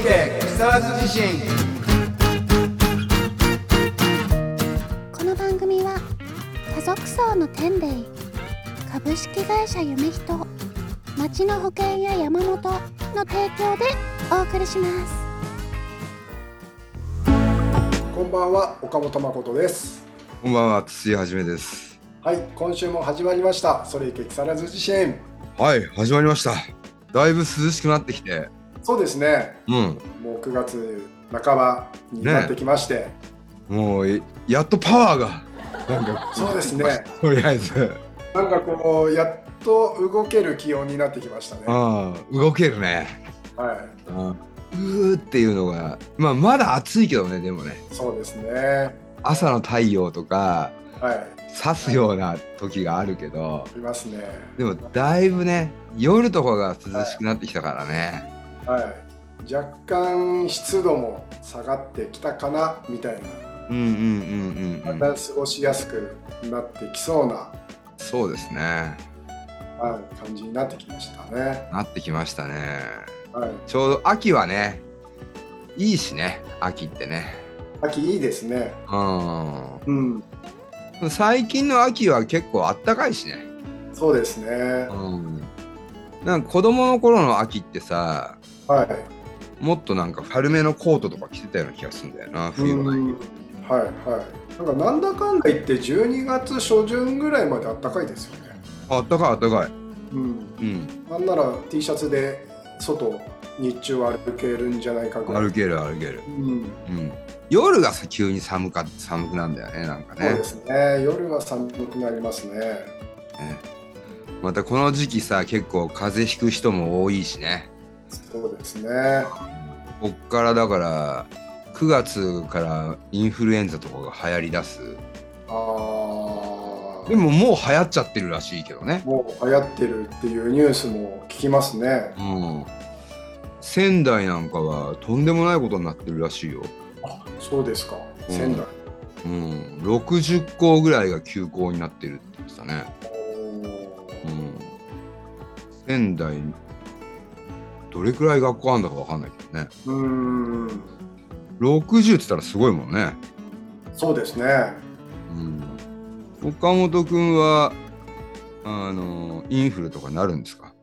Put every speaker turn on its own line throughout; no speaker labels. サーズ地震
この番組は家族層の天霊株式会社夢人町の保険や山本の提供でお送りします
こんばんは岡本誠です
こんばんは筒井はじめです
はい今週も始まりましたそれいけ木更津地震
はい始まりましただいぶ涼しくなってきて
そうですね
うん
もう9月半ばになってきまして、
もういやっとパワーがなんか
そうですね
とりあえず
なんかこうやっと動ける気温になってきましたねは
うん動けるね
い
うんうーっていうのがまあまだ暑いけどねでもね
そうですねは
朝の太陽とか
い
刺すような時があるけど
いますね
でもだいぶね夜とかが涼しくなってきたからね、
はい若干湿度も下がってきたかなみたい
うんうんう
なん
うん、う
ま
ん、
た過ごしやすくなってきそうな、
そうですね
はい、感じになってきましたね
なってきましたね
はい
ちょうど秋はねいいしね秋ってね
秋いいですね
う
うん
ん最近の秋は結構あったかいしね
そうですね。
うんなんか子供の頃の秋ってさ
はい。
もっとなんか軽めのコートとか着てたような気がするんだよな冬の
うんはいはい。なんかなんだかんだ言って12月初旬ぐらいまで暖かいですよね。
あったかいあったかい
うん。
うん
なんなら T シャツで外日中歩けるんじゃないかぐらい。
歩ける歩ける
うん。
うん夜がさ急に寒か寒くなんだよねなんか
そう
ね
ですね。夜は寒くなりますね。
ねまたこの時期さ結構風邪ひく人も多いしね
そうですね。は
こっからだから9月からインフルエンザとかが流行りだす
あー
でももう流行っちゃってるらしいけどね、
もう流行ってるっていうニュースも聞きますね。
うん、仙台なんかはとんでもないことになってるらしいよ、
あ、そうですか。
うん
仙台。
うん、60校ぐらいが休校になってるって言ってたね、
おー
うん、仙台どれくらい学校あるんだかわかんないけどね
うーん。
60って言ったらすごいもんね、
そうですね。
うん、岡本君はあのインフルとかなるんですか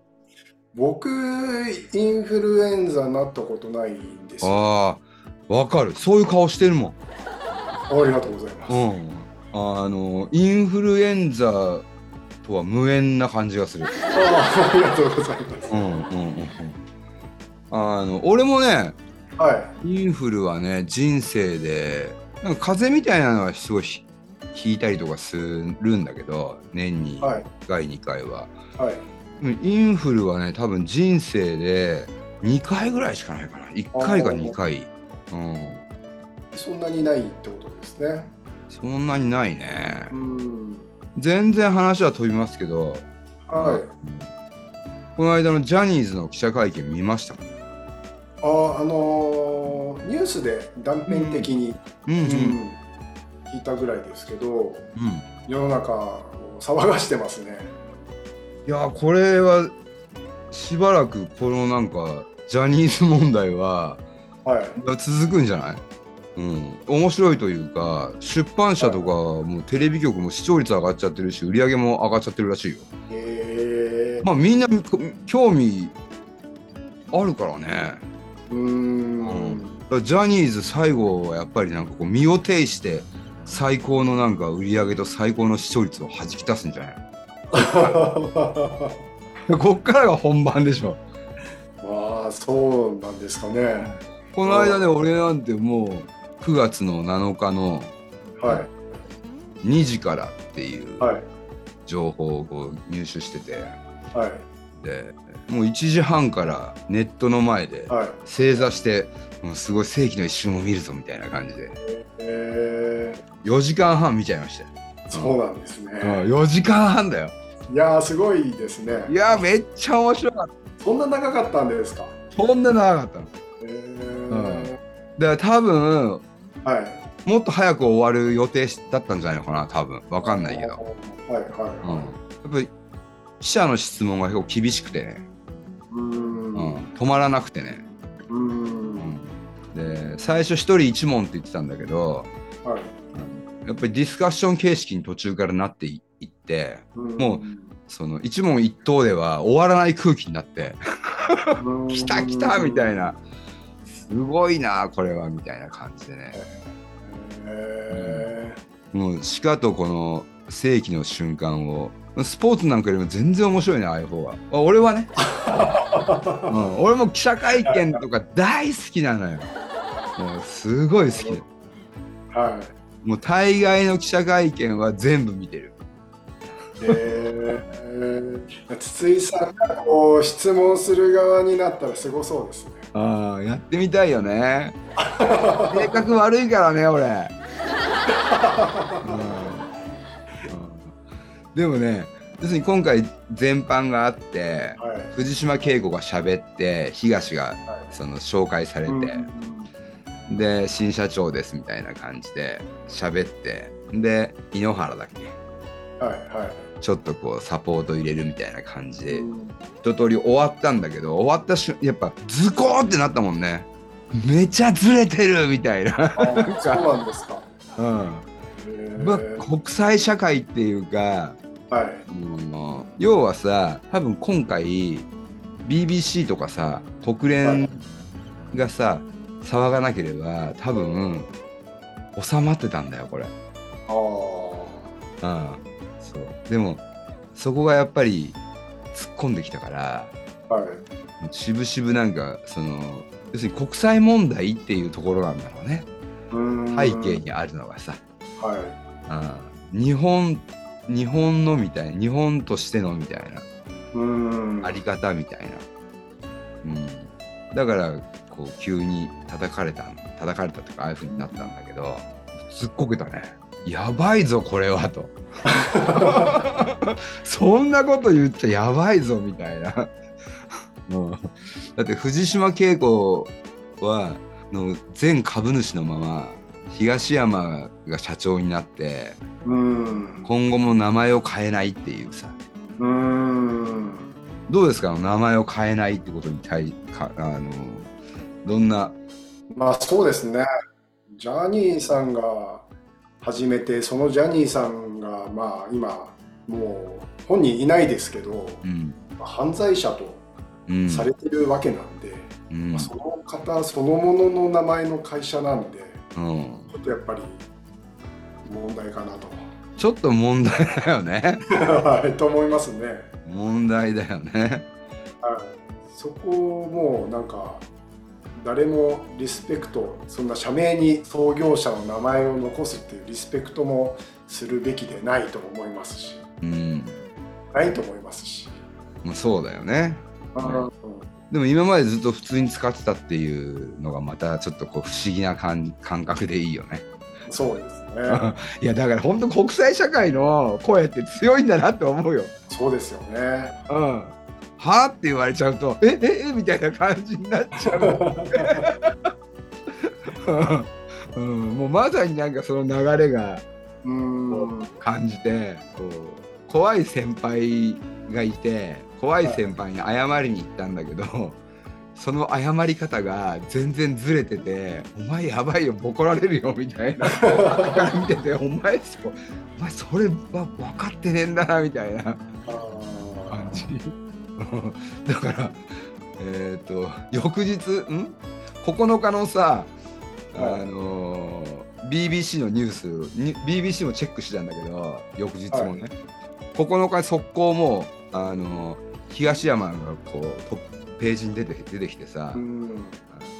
僕インフルエンザなったことないんですよ
ああわかるそういう顔してるもん
ありがとうございます、
うん、あのインフルエンザとは無縁な感じがする。
あありがとうございます
うんうんうんうん、あの俺もね
は
インフルはね人生でなんか風邪みたいなのはすごいひ引いたりとかするんだけど年に
いはい
1回2回は、
はい
うんインフルはね多分人生で2回ぐらいしかないかな1回か2回、うん、
そんなにないってことですね
そんなにないね
うん
全然話は飛びますけど
はい
この間のジャニーズの記者会見見ましたか
あああのーニュースで断片的に、
うん
う
う
ん聞いたぐらいですけど
うんい
世の中を騒がしてますね
やこれはしばらくこのなんかジャニーズ問題は
はい
続くんじゃないうん、面白いというか出版社とかもうテレビ局も視聴率上がっちゃってるし売り上げも上がっちゃってるらしいよ
えー
まあみんなこ興味あるからね
うーん
だからジャニーズ最後はやっぱりなんかこう身を挺して最高のなんか売り上げと最高の視聴率をはじき出すんじゃない こっからが本番でしょ。
まあそうなんですかね
この間ね、俺なんてもう9月の7日の
は
2時からっていう
いはい
情報をこう入手してて、
はい
で、もう1時半からネットの前で
はい
正座して、もうすごい世紀の一瞬を見るぞみたいな感じで、
えー
4時間半見ちゃいましたよ。
そうなんですね。
4時間半だよ。
いやーすごいですね。
いやー、めっちゃ面白かっ
そんな長かったんですか。
た。そんな長かったの。
えー
うんだから多分、
はい。
もっと早く終わる予定だったんじゃないのかな、多分。わかんないけど。
はい
うん、や
は
っぱり記者の質問が結構厳しくてね、
い。うーん
うん
う
止まらなくてね、
ーん
で最初一人一問って言ってたんだけど
はい
やっぱりディスカッション形式に途中からなっていいって
うん
もうその一問一答では終わらない空気になって
うん
「来た来た!」みたいな「すごいなこれは」みたいな感じでね
へ
もうしかとこの世紀の瞬間をスポーツなんかよりも全然面白いねああいう方があ俺はね、うん、俺も記者会見とか大好きなのよもうすごい好きで
ーはい
もう大概の記者会見は全部見てる
えー、筒井さんがこう質問する側になったらすごそうですね。
ああやってみたいよね性格悪いからね俺、うんうんでもね要するに今回全般があって
はい。
藤島恵子が喋って東が
は
その紹介され
い。
て、
うん
で新社長ですみたいな感じで喋ってで井ノ原だっけ
はいは
ちょっとこうサポート入れるみたいな感じ
い。
で
うん
一通り終わったんだけど終わった瞬やっぱズコーってなったもんねめちゃずれてるみたいな、
あ そうなんですか。
うん
へー
まあ、国際社会っていうか
はい。
もう要はさ多分今回 BBC とかさ国連がさ騒がなければ多分収まってたんだよこれ。
ああ。
うん、そうでもそこがやっぱり突っ込んできたから
はい。
しぶしぶなんかその要するに国際問題っていうところなんだろうね
うーん
背景。にあるのがさ、
は。
うん、日本日本のみたいな日本としてのみたいない
うーん。
あり方みたいな、うん、だからこう急に叩かれた叩かれたとかああいう風になったんだけどすっこけたねやばいぞこれはと そんなこと言っちゃやばいぞみたいな、うん、だって藤島恵子はの全株主のまま東山が社長になって
うーん。
今後も名前を変えないっていうさ
うーん。
どうですか名前を変えないってことに対かあのどんな
まあそうですね。ジャニーさんが始めて、そのジャニーさんがまあ今もう本人いないですけど、
うん
まあ犯罪者と。
うん
されてるわけなんで、
うん
まあ、その方そのものの名前の会社なんで
うん
ちょっとやっぱり問題かなと
ちょっと問題だよね
はいと思いますね、
問題だよね
はい、そこをもうなんか誰もリスペクトそんな社名に創業者の名前を残すっていうリスペクトもするべきでないと思いますし
うん
ないと思いますし、
まあそうだよね
あー
でも今までずっと普通に使ってたっていうのがまたちょっとこう不思議な感感覚でいいよね
そうですね
いやだから本当国際社会の声って強いんだなって思うよ
そうですよね
うんはあって言われちゃうとえええみたいな感じになっちゃう うん、もうまさになんかその流れが
うーん
感じてこう怖い先輩がいて怖い先輩に謝りに行ったんだけど、その謝り方が全然ずれてて「お前やばいよボコられるよ」みたいなから見てて「お前そうお前それは分かってねえんだな」みたいな
あ
感
ー
じ だからえっ、と翌日ん9日のさあ
はい
のー BBC のニュースに BBC もチェックしてたんだけど翌日もね、9日速攻もうあのー東山がこうトップページに出て出てきてさ、
うーん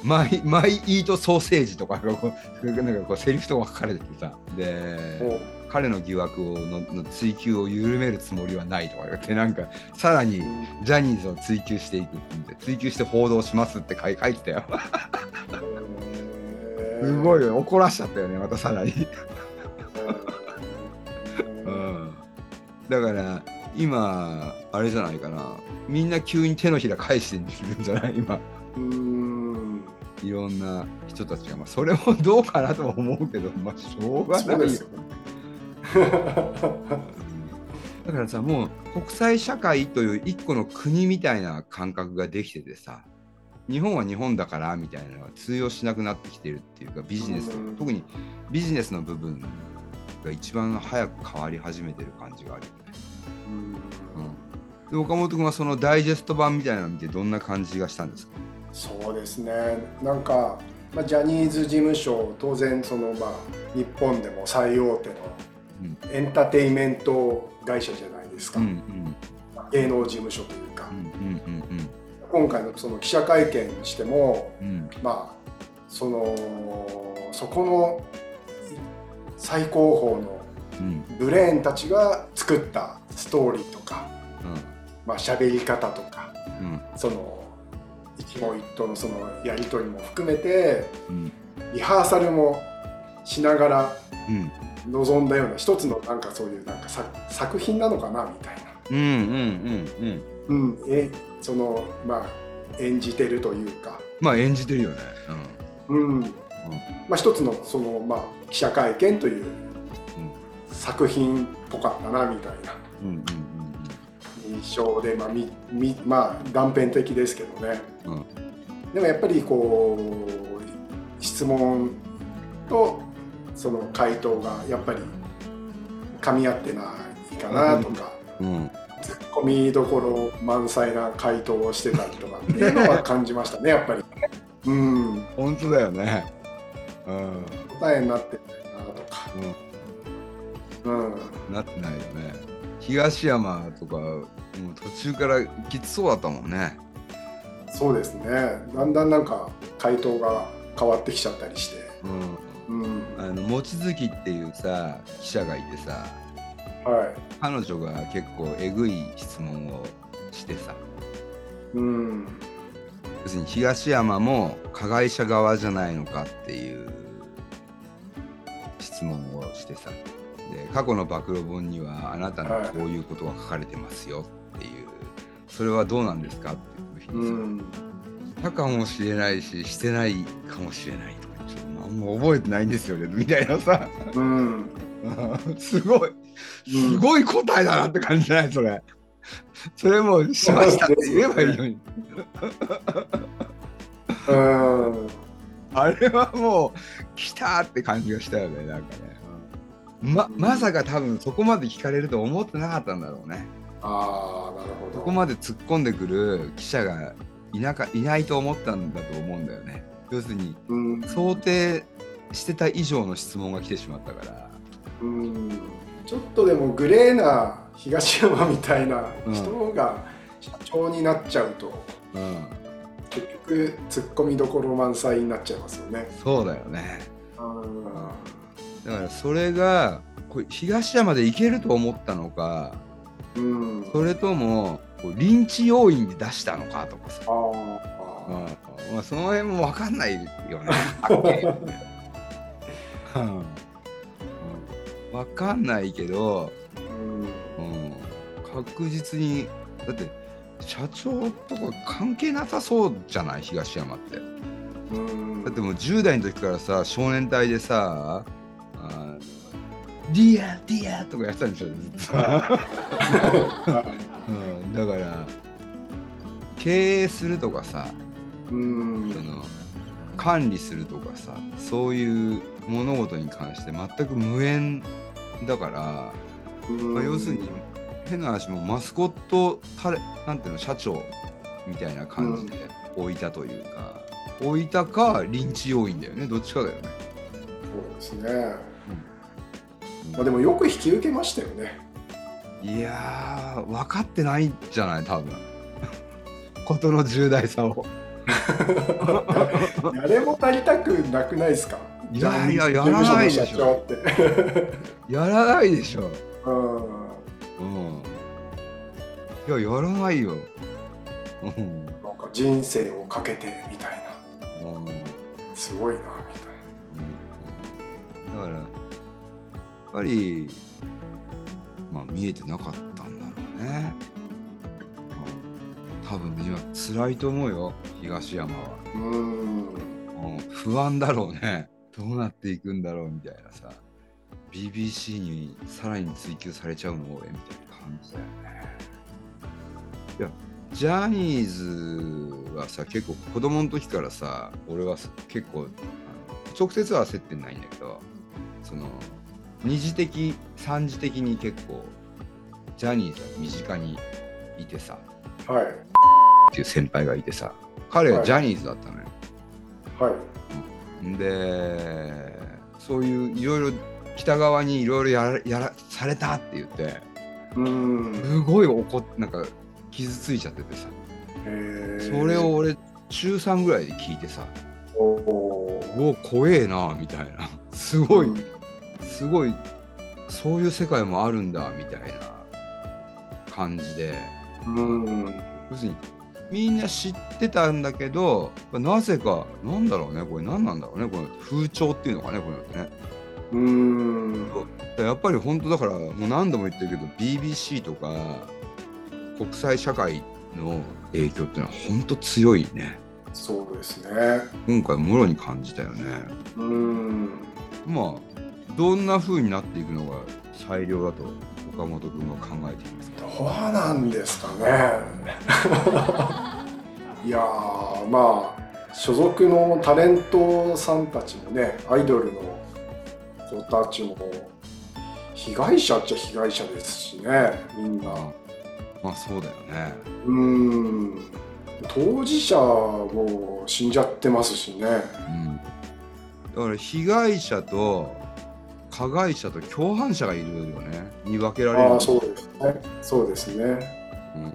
マイマイイートソーセージとかがこうなんかこうセリフとか書かれててさで
もう
彼の疑惑をのの追及を緩めるつもりはないとか言ってなんかさらにジャニーズを追及していくって言って追及して報道しますって書い書いてたよすご
い。
いよ怒らしちゃったよねまたさらに、
う
う
ん
ん、だから今あれじゃないかなみんな急に手のひら返してるんじゃない今
うん
いろんな人たちが、まあ、それもどうかなとは思うけどまあしょうが
そ
な
う
いよ
ですよね。
だからさもう国際社会という一個の国みたいな感覚ができててさ日本は日本だからみたいなのが通用しなくなってきてるっていうかビジネス
うん
特にビジネスの部分が一番早く変わり始めてる感じがあるよね。
うん
で岡本君はそのダイジェスト版みたいなの見てどんな感じがしたんですか
そうですねなんか、まあ、ジャニーズ事務所当然その、まあ、日本でも最大手の
うん
エンターテインメント会社じゃないですか、
うんうん
芸能事務所というか、
うんうんうん
今回のその記者会見にしても
うん
まあそのそこの最高峰の
うん
ブレーンたちが作ったストーリーとか、
うん
まあ喋り方とか
うん
その一問一答のそのやり取りも含めて
うん
リハーサルもしながら
うん
臨んだような一つのなんかそういうなんかさ作品なのかなみたいな、
うんうんうんうん
うん、えそのまあ演じてるというか、
まあ演じてるよね。
うんまあ、一つのその、まあ、記者会見という作品っぽかったなみたいな
うんうん
印象で、まあみみまあ、断片的ですけどね。
うんうんうん
でもやっぱりこう質問とその回答がやっぱり噛み合ってないかなとか、
うん
ツッコミどころ満載な回答をしてたりとかっていうのは感じましたねやっぱり。うん
本当だよね。うん
答えになってないなとか、うん、
なってないよね。東山とかもう途中からきつそうだったもんね。
そうですねだんだんなんか回答が変わってきちゃったりして。
うん
うん
あの望月っていうさ記者がいてさ
は
彼女が結構えぐい質問をしてさ
いうん
要するに東山も加害者側じゃないのかっていう質問をしてさで過去の暴露本にはあなたのこういうことが書かれてますよっていう、それはどうなんですかっていうふ
う
うに
ん
さ、たかもしれないししてないかもしれないとか言ってちょっと何も覚えてないんですよねみたいなさ
うん
すごいすごい答えだなって感じじゃないそれ。それもうしましたって言えばいいのに。
うん
あれはもう来たって感じがしたよねなんかね、ままさか多分そこまで聞かれると思ってなかったんだろうね
ああなるほど
そこまで突っ込んでくる記者がいなかいないと思ったんだと思うんだよね要するに
うん
想定してた以上の質問が来てしまったから
うんちょっとでもグレーな東山みたいな
うん
人が社長になっちゃうと、
うん
結局ツッコミどころ満載になっちゃいますよね。
そうだよね
うん
だからそれがこれ東山で行けると思ったのか
うん、
それともこうリンチ要因で出したのかとかさ
あ
う
ー
んまあ、その辺も分かんないよね。はっきり言ってうんうん分かんないけど、
うん
うん、確実にだって社長とか関係なさそうじゃない東山って。だ
うん
ってもう10代の時からさ少年隊でさ「あのディアディア」とかやってたんでしょずっと。 うん、だから経営するとかさ
うん
その管理するとかさそういう物事に関して全く無縁だから、まあ、要するに変な話もうマスコットタレなんていうの社長みたいな感じで置いたというか、置いたか臨時要員だよねどっちかだよね。
そうですね、まあ、でもよく引き受けましたよ ね。
いやー分かってないんじゃない多分 ことの重大さを。
誰もなりたくなくないですか
いやいややらないでし
事務所
ょ
の社長って。
やらないでしょ。
うん
うん。いや、やらないよ。うん。
なんか人生をかけてみたい
うん
なすごいなみ
だから、やっぱり、まあ、見えてなかったんだろうね。うん多分今、辛いと思うよ、東山は。
たいなうん
うん、不安だろうね。どうなっていくんだろうみたいなさ。BBC にさらに追求されちゃうの俺みたいな感じだよね。いや、ジャニーズはさ結構子供の時からさ俺は結構あの直接は焦ってないんだけどその二次的三次的に結構ジャニーズは身近にいてさ
はい
っていう先輩がいてさ彼はジャニーズだったのよ。
はい
でそういういろいろ北側にいろいろやらやらされたって言って
うーん
すごい怒っなんか傷ついちゃっててさ
へー
それを俺中3ぐらいで聞いてさ
お
「
ー
うお怖えな」みたいなすごい
うん
すごいそういう世界もあるんだみたいな感じで
うん
要するにみんな知ってたんだけどなぜかなんだろうねこれ何なんだろうねこの風潮っていうのかねこういうのってね。
うん
やっぱり本当だからもう何度も言ってるけど BBC とか国際社会の影響っていうのは本当強いね
そうですね
今回もろに感じたよね
うん
まあどんな風になっていくのが最良だと岡本君は考えていますか
どうなんですかね いやーまあ所属のタレントさんたちもねアイドルの子たちも被害者っちゃ被害者ですしねみんな。
まあそうだよね
うーん当事者も死んじゃってますしね。
うんだから被害者と加害者と共犯者がいるよねに分けられる
ああ、そうですね。そうですね。
うん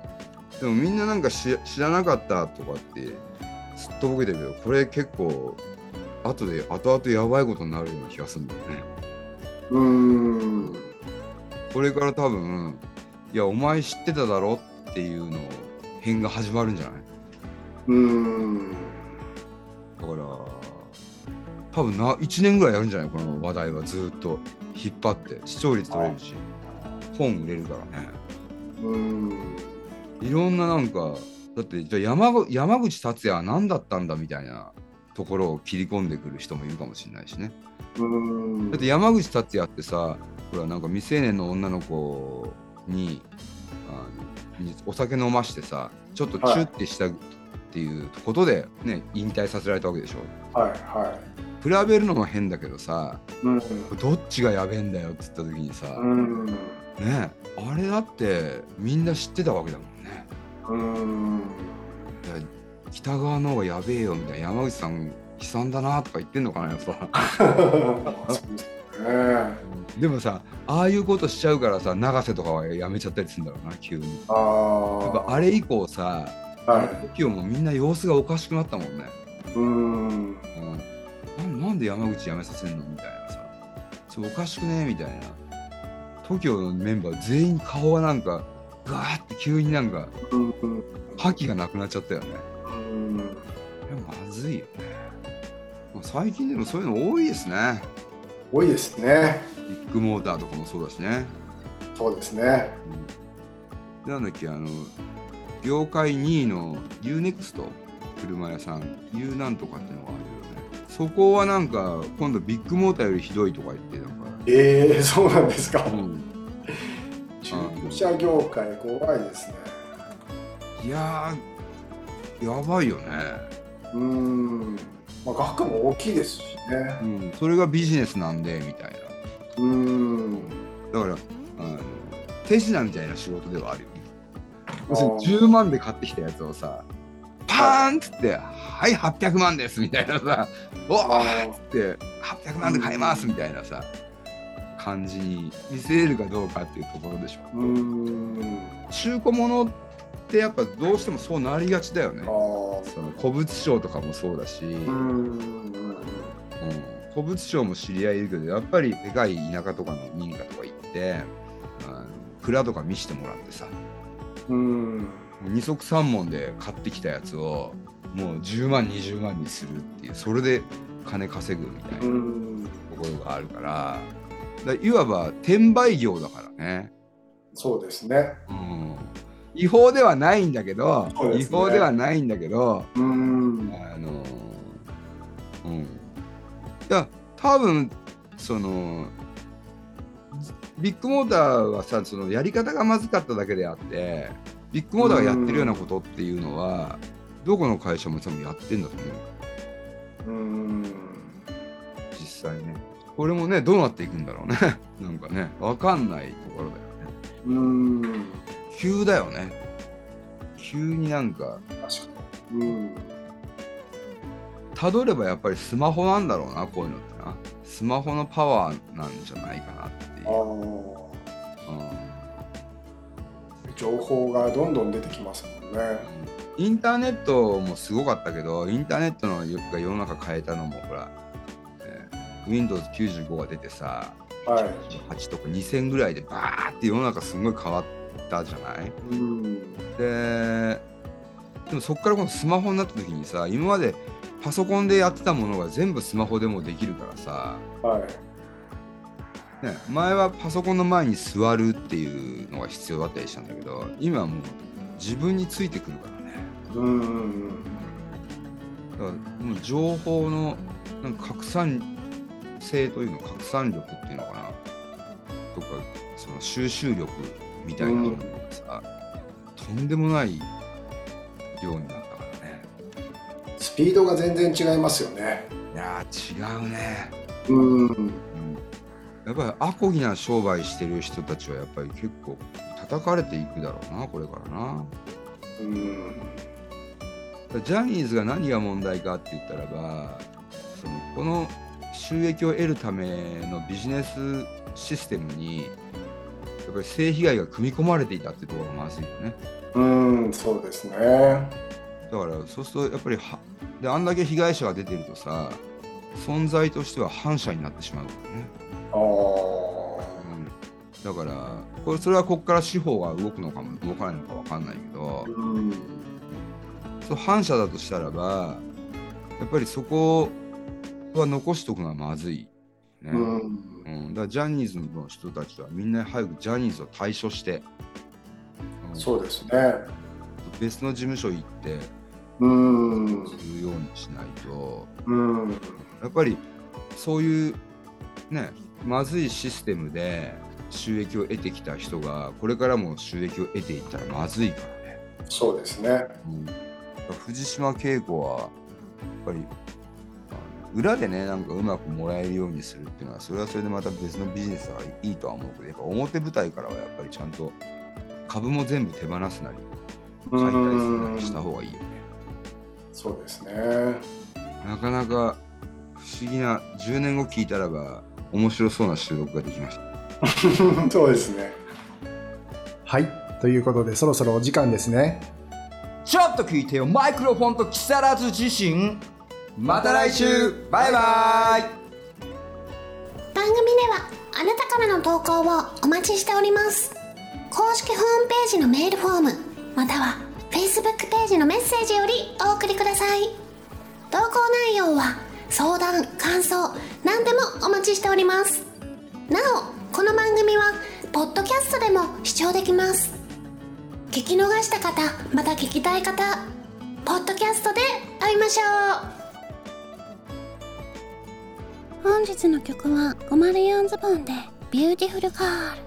でもみんななんか知知らなかったとかってすっとぼけてるけどこれ結構後で後々やばいことになるような気がするんだよね
うーん。
これから多分「いやお前知ってただろ」っていうの編が始まるんじゃないう
ーん。
だから多分な1年ぐらいやるんじゃないこの話題はずっと引っ張って視聴率取れるし本売れるからね
うーん。
いろんななんかだってじゃあ山口山口達也は何だったんだみたいなところを切り込んでくる人もいるかもしれないしね
うーん
だって山口達也ってさほらなんか未成年の女の子にあのにお酒飲ましてさちょっとチュッてしたっていうことで、ね、引退させられたわけでしょ
はいは
比べるのも変だけどさ
い。うん。
どっちがやべえんだよっつった時にさ、
うん。
ねあれだってみんな知ってたわけだもんね。
うん。
いや北川の方がやべえよみたいな山口さん悲惨だなとか言ってんのかなやっぱ
そうですね。
でもさああいうことしちゃうからさ永瀬とかはやめちゃったりするんだろうな急に
あ
やっぱ
あ。
あれ以降さ
は
t o もみんな様子がおかしくなったもんね、
い。うーん。
うん、なんなんで山口やめさせんのみたいなさそうおかしくねみたいな TOKIO のメンバー全員顔がなんかガーって急になんか
うん。うん
覇気がなくなっちゃったよねいやまずいよね、まあ、最近でもそういうの多いですね
多いですね。
ビッグモーターとかもそうだしね。
そうですね。
でなんだっけ、あの、業界2位の UNEXT、車屋さん、U なんとかってのがあるよね。そこはなんか、今度ビッグモーターよりひどいとか言って、なんか、
ええー、そうなんですか。
うん
中古車業界怖いですね。
いやー、やばいよね。
うーん、まあ、額も大きいですしね。
うん、それがビジネスなんで、みたいな。
うーん、
だから、あの手品みたいな仕事ではあるよね。
あ
要するに10万で買ってきたやつをさ、パーンっつって、はい、800万ですみたいなさ、お
あ
ーっつって、800万で買いますみたいなさ、感じに見せるかどうかっていうところでし
う
ょ。
ーん、
中古物ってやっぱどうしてもそうなりがちだよね
あ。ー
その古物商とかもそうだし、
うー
うん、
ん、
古物商も知り合いいるけど、やっぱりでかい田舎とかの民家とか行って、あの蔵とか見してもらってさ、
うーん、
二足三門で買ってきたやつをもう10万20万にするっていうそれで金稼ぐみたいう
ー、
なんところがあるからだいわば転売業だからね、
そうですね。
うん、違法ではないんだけど、
そうで
違
すね
法ではないんだけど
うーん、
あのうんいや多分そのビッグモーターはさそのやり方がまずかっただけであってビッグモーターがやってるようなことっていうのはどこの会社も多分やってんだと
うー
思う
ん
実際ねこれもねどうなっていくんだろうねなんかね分かんないところだよね
うーん
急だよね急になんか
確かにうん
たどればやっぱりスマホなんだろうなこういうのってなスマホのパワーなんじゃないかなっていう
あー
うん
情報がどんどん出てきますもんね
インターネットもすごかったけどインターネットのが世の中変えたのもほら、えー Windows95 が出てさ
はい
8とか2000ぐらいでバーって世の中すごい変わったじゃない
うん
ででもそこからこのスマホになった時にさ今までパソコンでやってたものが全部スマホでもできるからさ、
はい
ね、前はパソコンの前に座るっていうのが必要だったりしたんだけど今はもう自分についてくるからね
うんうん
だからもう情報のなんか拡散性というの拡散力っていうのかなとかその収集力みたいなのがさ、とんでもない量になったからね。
スピードが全然違いますよね
いやー違うね、
うん
やっぱりアコギな商売してる人たちはやっぱり結構叩かれていくだろうなこれからな
うん
だからジャニーズが何が問題かって言ったらばそのこの収益を得るためのビジネスシステムにやっぱり性被害が組み込まれていたってところがまずいよね
うんそうですね
だからそうするとやっぱりはであんだけ被害者が出てるとさ存在としては反社になってしまうからね
ああ
だからこれそれはここから司法が動くのかも動かないのかわかんないけど
うん
そう反社だとしたらばやっぱりそこは残しとくのはまずい、ね
うん
うんだからジャニーズの人たちはみんな早くジャニーズを退所して、うん
そうですね
別の事務所行って
うん
するようにしないと
うん
やっぱりそういうねまずいシステムで収益を得てきた人がこれからも収益を得ていったらまずいからね。
そうですね
うん、藤島恵子はやっぱりあの裏でねなんかうまくもらえるようにするっていうのはそれはそれでまた別のビジネスがいいとは思うけどやっぱ表舞台からはやっぱりちゃんと株も全部手放すなり解体するなりした方がいいよね
そうですね
なかなか不思議な10年後聞いたらば面白そうな収録ができました
そうですね
はい。ということで、そろそろお時間ですね。
ちょっと聞いてよマイクロフォンと木更津自身また来週バイバイ
番組ではあなたからの投稿をお待ちしております公式ホームページのメールフォームまたは Facebook ページのメッセージよりお送りください投稿内容は相談感想何でもお待ちしておりますなおこの番組はポッドキャストでも視聴できます聞き逃した方また聞きたい方ポッドキャストで会いましょう本日の曲は504ズボンでビューティフルガール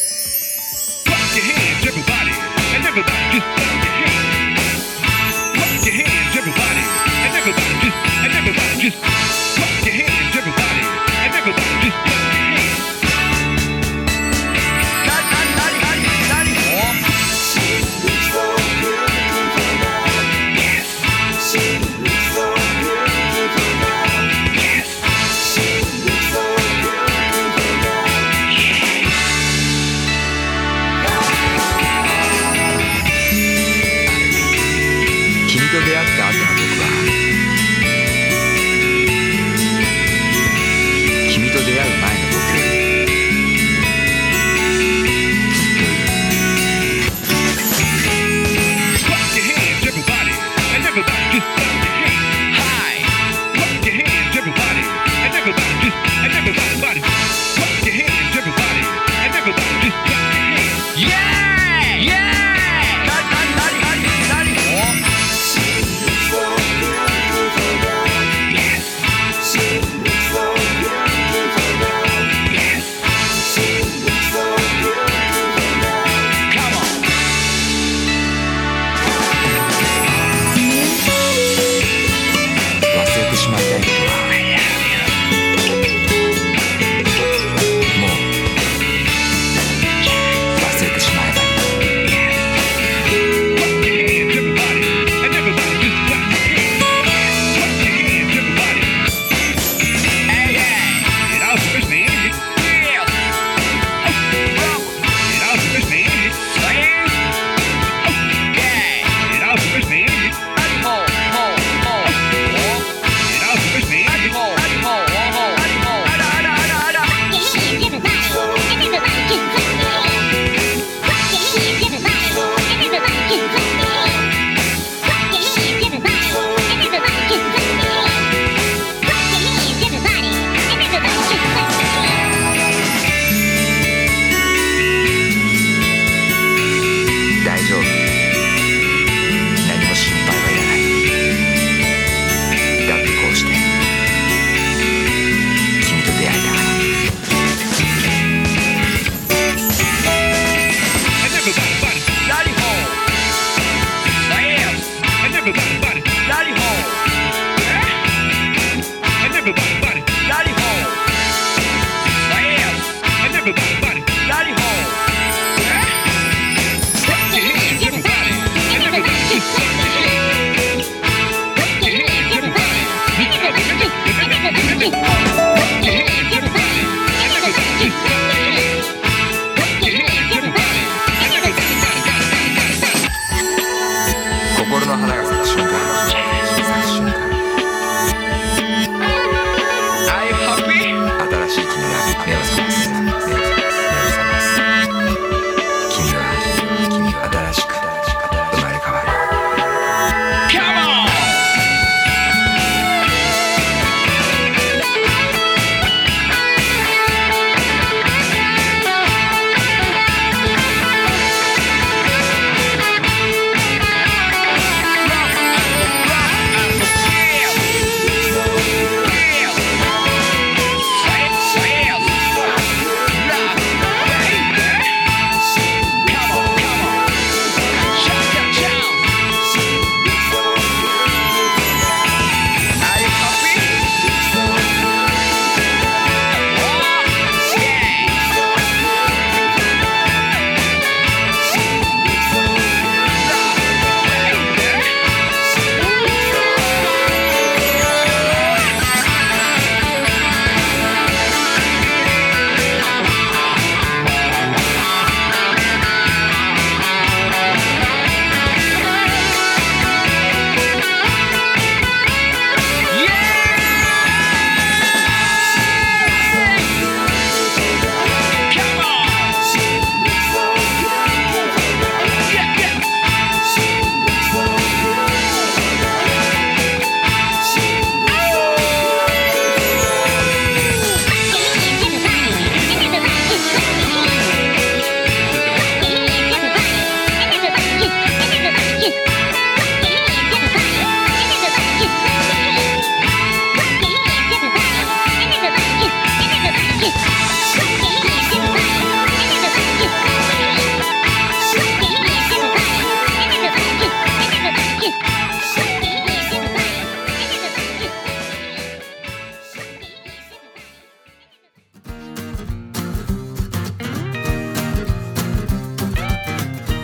Clap your hands, everybody, and everybody just clap your hands. Clap your hands, everybody, and everybody just, and everybody just. Clap your hands, everybody, and everybody just clap your hands. Yes. Yes. Yes.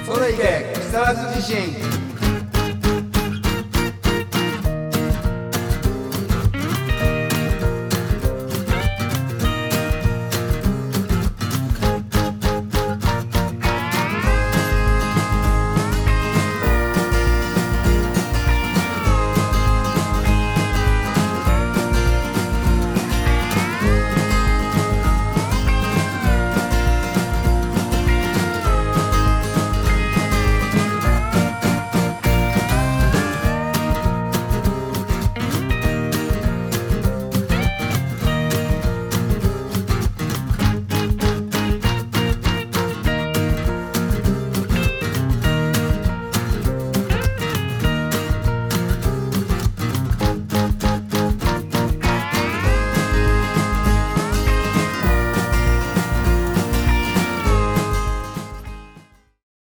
それいけ木更津地震